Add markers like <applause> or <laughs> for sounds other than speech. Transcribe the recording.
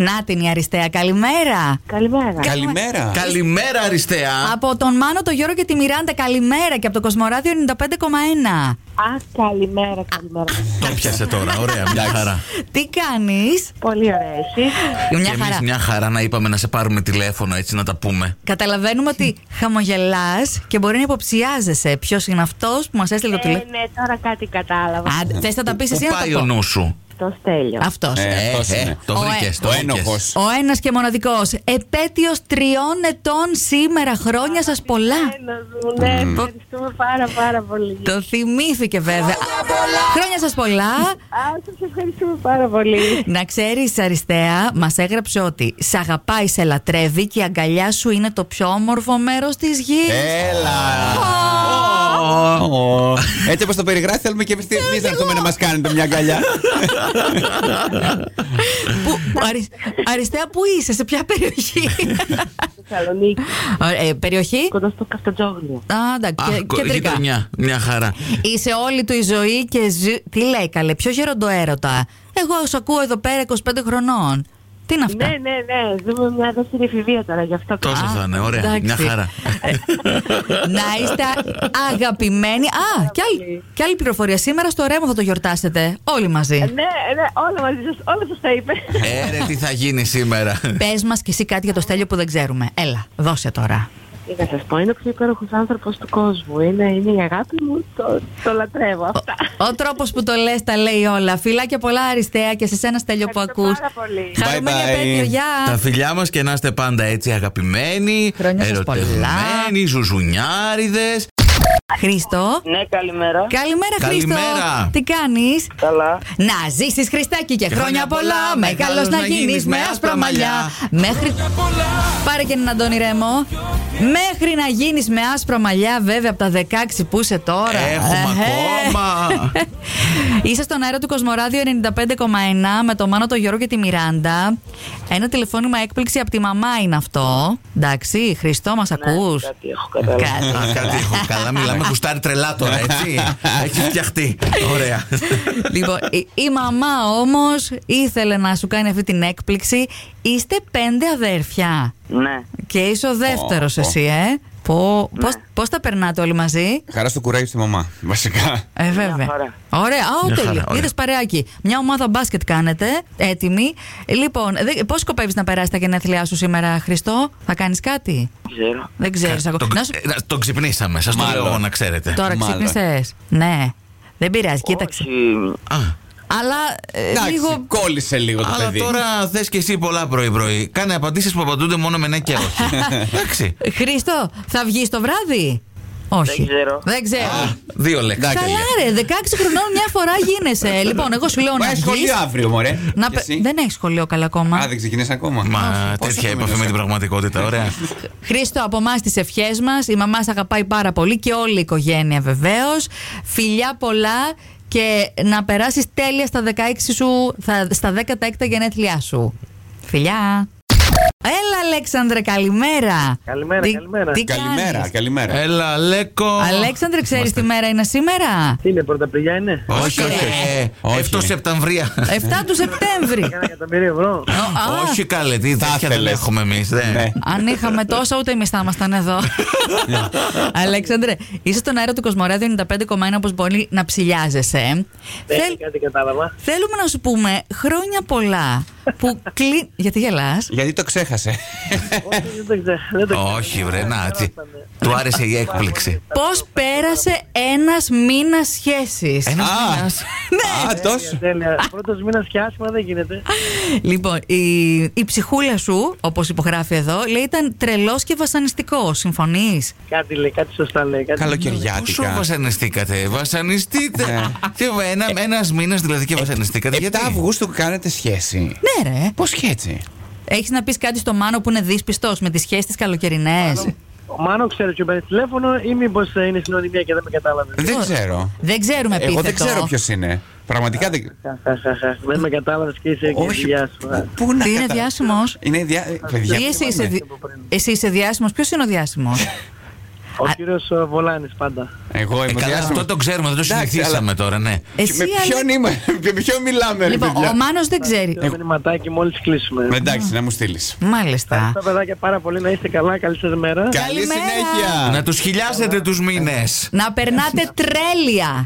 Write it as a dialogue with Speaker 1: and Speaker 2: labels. Speaker 1: Να την η Αριστεία, καλημέρα.
Speaker 2: Καλημέρα.
Speaker 3: Καλημέρα.
Speaker 4: Καλημέρα, Αριστεία.
Speaker 1: Από τον Μάνο, τον Γιώργο και τη Μιράντα, καλημέρα. Και από το Κοσμοράδιο 95,1.
Speaker 2: Α, καλημέρα, καλημέρα.
Speaker 4: Το πιάσε τώρα, ωραία, μια χαρά.
Speaker 1: Τι κάνεις,
Speaker 2: Πολύ ωραία εσύ.
Speaker 1: Μια
Speaker 4: και εμείς
Speaker 1: χαρά.
Speaker 4: μια χαρά να είπαμε να σε πάρουμε τηλέφωνο, έτσι να τα πούμε.
Speaker 1: Καταλαβαίνουμε ότι χαμογελάς και μπορεί να υποψιάζεσαι ποιος είναι αυτός που μας έστειλε το
Speaker 2: Ε,
Speaker 1: τηλέφωνο.
Speaker 2: ναι, τώρα κάτι κατάλαβα.
Speaker 1: Άντε, θες να τα πεις
Speaker 4: Πού
Speaker 1: εσύ να
Speaker 4: πάει ο
Speaker 1: τα πω.
Speaker 4: νους σου.
Speaker 2: Το στέλιο.
Speaker 1: Αυτός.
Speaker 3: Ε, αυτός είναι.
Speaker 4: το
Speaker 1: Ο
Speaker 4: βρήκες.
Speaker 1: ε-
Speaker 4: Το
Speaker 3: Ο
Speaker 4: βρήκες.
Speaker 3: ένοχος.
Speaker 1: Ο ένας και μοναδικός. Επέτειος τριών ετών σήμερα. Χρόνια σας πολλά.
Speaker 2: Ένας μου, Ναι, ευχαριστούμε πάρα πάρα πολύ.
Speaker 1: Το θυμήθηκε βέβαια. Χρόνια σας πολλά.
Speaker 2: Α, σας ευχαριστούμε πάρα
Speaker 1: <laughs>
Speaker 2: πολύ.
Speaker 1: Να ξέρεις Αριστεία, μας έγραψε ότι «Σ' αγαπάει, σε λατρεύει και η αγκαλιά σου είναι το πιο όμορφο μέρος της γης».
Speaker 3: Ε. Έλα. Ω. Έτσι όπως το περιγράφει, θέλουμε και εμείς να έρθουμε να μα κάνετε μια αγκαλιά.
Speaker 1: Πού- Αρι- Αριστεία, πού είσαι, σε ποια περιοχή.
Speaker 2: Θεσσαλονίκη,
Speaker 1: Ωραία, ε, περιοχή.
Speaker 2: κοντά στο Καυτοτζόγλιο.
Speaker 1: Α, εντάξει,
Speaker 4: Α,
Speaker 1: και-
Speaker 4: κο-
Speaker 1: κεντρικά.
Speaker 4: γειτονιά. Μια χαρά.
Speaker 1: <laughs> Είσαι όλη του η ζωή και ζει... Τι λέει καλέ, ποιο γεροντοέρωτα. Εγώ σου ακούω εδώ πέρα 25 χρονών. Τι είναι αυτά.
Speaker 2: Ναι, ναι, ναι, ζούμε μια δεύτερη εφηβεία τώρα γι' αυτό.
Speaker 4: Τόσο
Speaker 1: Α,
Speaker 4: θα είναι, ωραία.
Speaker 1: εντάξει. Ε,
Speaker 4: Μια χαρά.
Speaker 1: Να είστε αγαπημένοι. Α, και άλλη, και άλλη πληροφορία. Σήμερα στο Ρέμο θα το γιορτάσετε όλοι μαζί.
Speaker 2: Ναι, ναι, όλα μαζί σας, όλα σας τα είπε.
Speaker 4: Ε, ρε, τι θα γίνει σήμερα.
Speaker 1: Πες μας και εσύ κάτι για το στέλιο που δεν ξέρουμε. Έλα, δώσε τώρα.
Speaker 2: Τι να σας πω, είναι ο πιο υπέροχος άνθρωπος του κόσμου. Είναι, είναι η αγάπη μου, το, το λατρεύω αυτά.
Speaker 1: Ο τρόπος που το λες τα λέει όλα. Φιλάκια πολλά αριστεία και σε σένα στέλιο που
Speaker 2: Ευχαριστώ
Speaker 1: ακού.
Speaker 2: πάρα πολύ.
Speaker 3: Bye,
Speaker 1: Χαρούμενη
Speaker 3: bye.
Speaker 1: επέτειο, γεια.
Speaker 4: Τα φιλιά μας και να είστε πάντα έτσι αγαπημένοι,
Speaker 1: Χρόνια σας
Speaker 4: ερωτευμένοι, ζουζουνιάριδες.
Speaker 1: Χρήστο.
Speaker 5: Ναι, καλημέρα.
Speaker 1: Καλημέρα, Χρήστο.
Speaker 4: Καλημέρα.
Speaker 1: Τι κάνεις.
Speaker 5: Καλά.
Speaker 1: Να ζήσεις Χριστάκι και χρόνια
Speaker 4: χρόνια
Speaker 1: πολλά.
Speaker 4: πολλά,
Speaker 1: Μεγάλο
Speaker 4: μεγάλος
Speaker 1: να
Speaker 4: να
Speaker 1: γίνεις
Speaker 4: γίνεις,
Speaker 1: με άσπρα μαλλιά. Μέχρι. Πάρε και έναν Αντώνη Ρέμο. Μέχρι να γίνεις με άσπρα μαλλιά, βέβαια από τα 16 που είσαι τώρα.
Speaker 4: Έχουμε
Speaker 1: Εχέ.
Speaker 4: ακόμα.
Speaker 1: <laughs> Είσαι στον αέρα του Κοσμοράδιο 95,1 με το Μάνο, τον Γιώργο και τη Μιράντα. Ένα τηλεφώνημα έκπληξη από τη μαμά είναι αυτό. Εντάξει, Χριστό, μας
Speaker 2: Ναι,
Speaker 1: ακούς.
Speaker 5: Ναι, Κάτι έχω καταλάβει.
Speaker 4: Α, Κάτι έχω. Καλά, μιλάμε. Κουστάρι τρελά τώρα,
Speaker 1: <laughs>
Speaker 4: έτσι. Έχει φτιαχτεί. Ωραία.
Speaker 1: Λοιπόν, η, η μαμά όμως ήθελε να σου κάνει αυτή την έκπληξη. Είστε πέντε αδέρφια.
Speaker 5: Ναι.
Speaker 1: Και είσαι ο δεύτερος
Speaker 3: Πω, Ναι. πω.
Speaker 1: εσύ, ε. Πώ πώς, πώς τα περνάτε όλοι μαζί.
Speaker 3: Χαρά στο κουράγιο στη μαμά, βασικά.
Speaker 1: Ε, βέβαια.
Speaker 5: χαρά.
Speaker 1: Ωραία. Α,
Speaker 4: Μια
Speaker 1: ο,
Speaker 4: χαρά,
Speaker 1: τέλειο.
Speaker 4: ωραία.
Speaker 1: Είδες παρεάκι. Μια ομάδα μπάσκετ κάνετε, έτοιμη. Λοιπόν, πώς σκοπεύεις να περάσει τα γενέθλιά σου σήμερα, Χριστό, θα κάνεις κάτι.
Speaker 5: Δεν ξέρω.
Speaker 1: Δεν ξέρεις ακόμα.
Speaker 4: Τον-
Speaker 1: Να σου-
Speaker 4: ε, να- Τον ξυπνήσαμε. Σας το
Speaker 3: Μάλλον.
Speaker 4: λέω εγώ να ξέρετε.
Speaker 1: Τώρα
Speaker 3: μάλλον.
Speaker 1: ξύπνησες. Ναι. Δεν πειράζει, κοίταξε.
Speaker 5: Όχι.
Speaker 4: Α,
Speaker 1: Αλλά ε, λίγο.
Speaker 3: Εντάξει, κόλλησε λίγο το
Speaker 4: Αλλά
Speaker 3: παιδί.
Speaker 4: τώρα θες και εσύ πολλά πρωί-πρωί. Κάνε απαντήσεις που απαντούνται μόνο με ναι και
Speaker 1: <laughs>
Speaker 4: όχι. Εντάξει.
Speaker 1: Χριστό, θα βγεις το βράδυ. Όχι.
Speaker 5: ξέρω.
Speaker 1: Δεν ξέρω.
Speaker 4: Δύο λέξεις.
Speaker 3: εντάξει.
Speaker 1: Καλά, ρε. 16 χρονών μια φορά γίνεσαι. λοιπόν, εγώ σου λέω
Speaker 3: Μα
Speaker 1: να
Speaker 3: έχει
Speaker 1: βγεις.
Speaker 3: σχολείο αύριο, μωρέ.
Speaker 1: Να...
Speaker 3: Και
Speaker 1: πε-
Speaker 3: εσύ?
Speaker 1: Δεν έχει σχολείο καλά ακόμα.
Speaker 3: Α, δεν ξεκινήσει ακόμα.
Speaker 4: Μα
Speaker 3: Πόσο
Speaker 4: τέτοια
Speaker 3: μήνες
Speaker 4: επαφή με την
Speaker 3: έχω.
Speaker 4: πραγματικότητα. Ωραία.
Speaker 1: Χρήστο, από εμάς τις ευχές μας. Η μαμά σε αγαπάει πάρα πολύ και όλη η οικογένεια βεβαίως. Φιλιά πολλά και να περάσεις τέλεια στα 16 σου, θα- στα 16 γενέθλιά σου. Φιλιά. Έλα, Αλέξανδρε, καλημέρα.
Speaker 5: Καλημέρα,
Speaker 1: τι,
Speaker 5: καλημέρα.
Speaker 1: Τι
Speaker 3: Καλημέρα,
Speaker 1: κάνεις?
Speaker 3: καλημέρα.
Speaker 4: Έλα, Λέκο.
Speaker 1: Αλέξανδρε, ξέρεις τι μέρα είναι σήμερα.
Speaker 5: Τι είναι, πρωταπριλιά είναι.
Speaker 4: Όχι, όχι.
Speaker 1: Ε,
Speaker 4: όχι.
Speaker 3: όχι.
Speaker 4: 7 Σεπτεμβρία. <laughs>
Speaker 1: 7 του Σεπτέμβρη.
Speaker 5: Ένα εκατομμύριο ευρώ.
Speaker 1: Ο- α,
Speaker 4: Όχι, καλέ. Τι τέτοια δεν
Speaker 3: ήθελες.
Speaker 4: έχουμε εμεί.
Speaker 3: Ναι.
Speaker 1: Αν είχαμε τόσα, ούτε εμείς θα ήμασταν εδώ. Αλέξανδρε, είσαι στον αέρα του Κοσμοράδιο 95,1 όπως μπορεί να ψηλιάζεσαι.
Speaker 5: Δεν
Speaker 1: Θέλ-
Speaker 5: είναι κάτι κατάλαβα.
Speaker 1: Θέλουμε να σου πούμε χρόνια πολλά που κλείνει. Γιατί γελάς.
Speaker 3: Γιατί το ξέχασε.
Speaker 5: Όχι, δεν το ξέρω. Δεν το ξέρω.
Speaker 4: Όχι, βρε, να, τι. Του άρεσε η έκπληξη.
Speaker 1: Πώς πέρασε ένας μήνας σχέσης.
Speaker 4: Ένας
Speaker 3: Α.
Speaker 4: μήνας.
Speaker 1: Ναι.
Speaker 3: Α, τόσο.
Speaker 5: Τέλεια. Πρώτος μήνας και άσχημα δεν γίνεται.
Speaker 1: Λοιπόν, η, η ψυχούλα σου, όπως υπογράφει εδώ, λέει ήταν τρελός και βασανιστικός. Συμφωνείς.
Speaker 5: Κάτι λέει, κάτι σωστά λέει. Κάτι...
Speaker 4: Πόσο
Speaker 3: Καλοκαιριάτικα.
Speaker 4: βασανιστήκατε, βασανιστείτε.
Speaker 3: Ναι. ε,
Speaker 4: Τι, ένα ένας μήνας δηλαδή και βασανιστήκατε.
Speaker 3: 7
Speaker 4: Γιατί Ε,
Speaker 3: Αυγούστου κάνετε σχέση.
Speaker 1: Ναι, ρε.
Speaker 3: Πώς και έτσι.
Speaker 1: Έχεις να πεις κάτι στο Μάνο που είναι δύσπιστος με τις σχέσεις τι καλοκαιρινές.
Speaker 5: Ο Μάνο ξέρει ότι παίρνει τηλέφωνο ή μήπως είναι στην ονειμία και δεν με κατάλαβε.
Speaker 3: Δεν ξέρω.
Speaker 1: Δεν ξέρουμε επίθετο.
Speaker 3: Εγώ δεν ξέρω ποιος είναι. Πραγματικά δεν.
Speaker 5: δεν με κατάλαβες και είσαι εκεί.
Speaker 3: Όχι.
Speaker 5: Γεια σου.
Speaker 3: Πού- Πού να
Speaker 1: Τι είναι
Speaker 3: κατα-
Speaker 1: διάσημος?
Speaker 3: <laughs> Είναι δια... παιδιά,
Speaker 1: Ή εσύ είσαι,
Speaker 3: θυμάμαι.
Speaker 1: δι- εσύ είσαι διάσημος. Ποιος είναι ο διάσημος.
Speaker 5: Ο κύριο Βολάνης πάντα.
Speaker 3: Εγώ
Speaker 4: Ε, καλά,
Speaker 3: ενθουσιάστηκα.
Speaker 4: αυτό το ξέρουμε, δεν το
Speaker 3: Εντάξει,
Speaker 4: συνηθίσαμε τώρα, ναι.
Speaker 3: Και
Speaker 1: Εσύ,
Speaker 3: Με ποιον
Speaker 1: Αλέ-
Speaker 3: είμαι, <laughs> με ποιον μιλάμε, ρε
Speaker 1: Λοιπόν,
Speaker 3: Ε, παιδιά. Ε.
Speaker 1: ο Μάνος δεν ξέρει.
Speaker 5: Το μηνυματάκι μόλις κλείσουμε.
Speaker 3: Εντάξει, να μου στείλεις.
Speaker 1: Μάλιστα.
Speaker 5: Ευχαριστώ παιδάκια πάρα πολύ, να είστε καλά, καλή σας μέρα.
Speaker 3: Καλή
Speaker 1: Καλημέρα.
Speaker 3: συνέχεια.
Speaker 4: Να τους χιλιάσετε τους μήνες.
Speaker 3: Ε.
Speaker 1: Να περνάτε τρέλεια.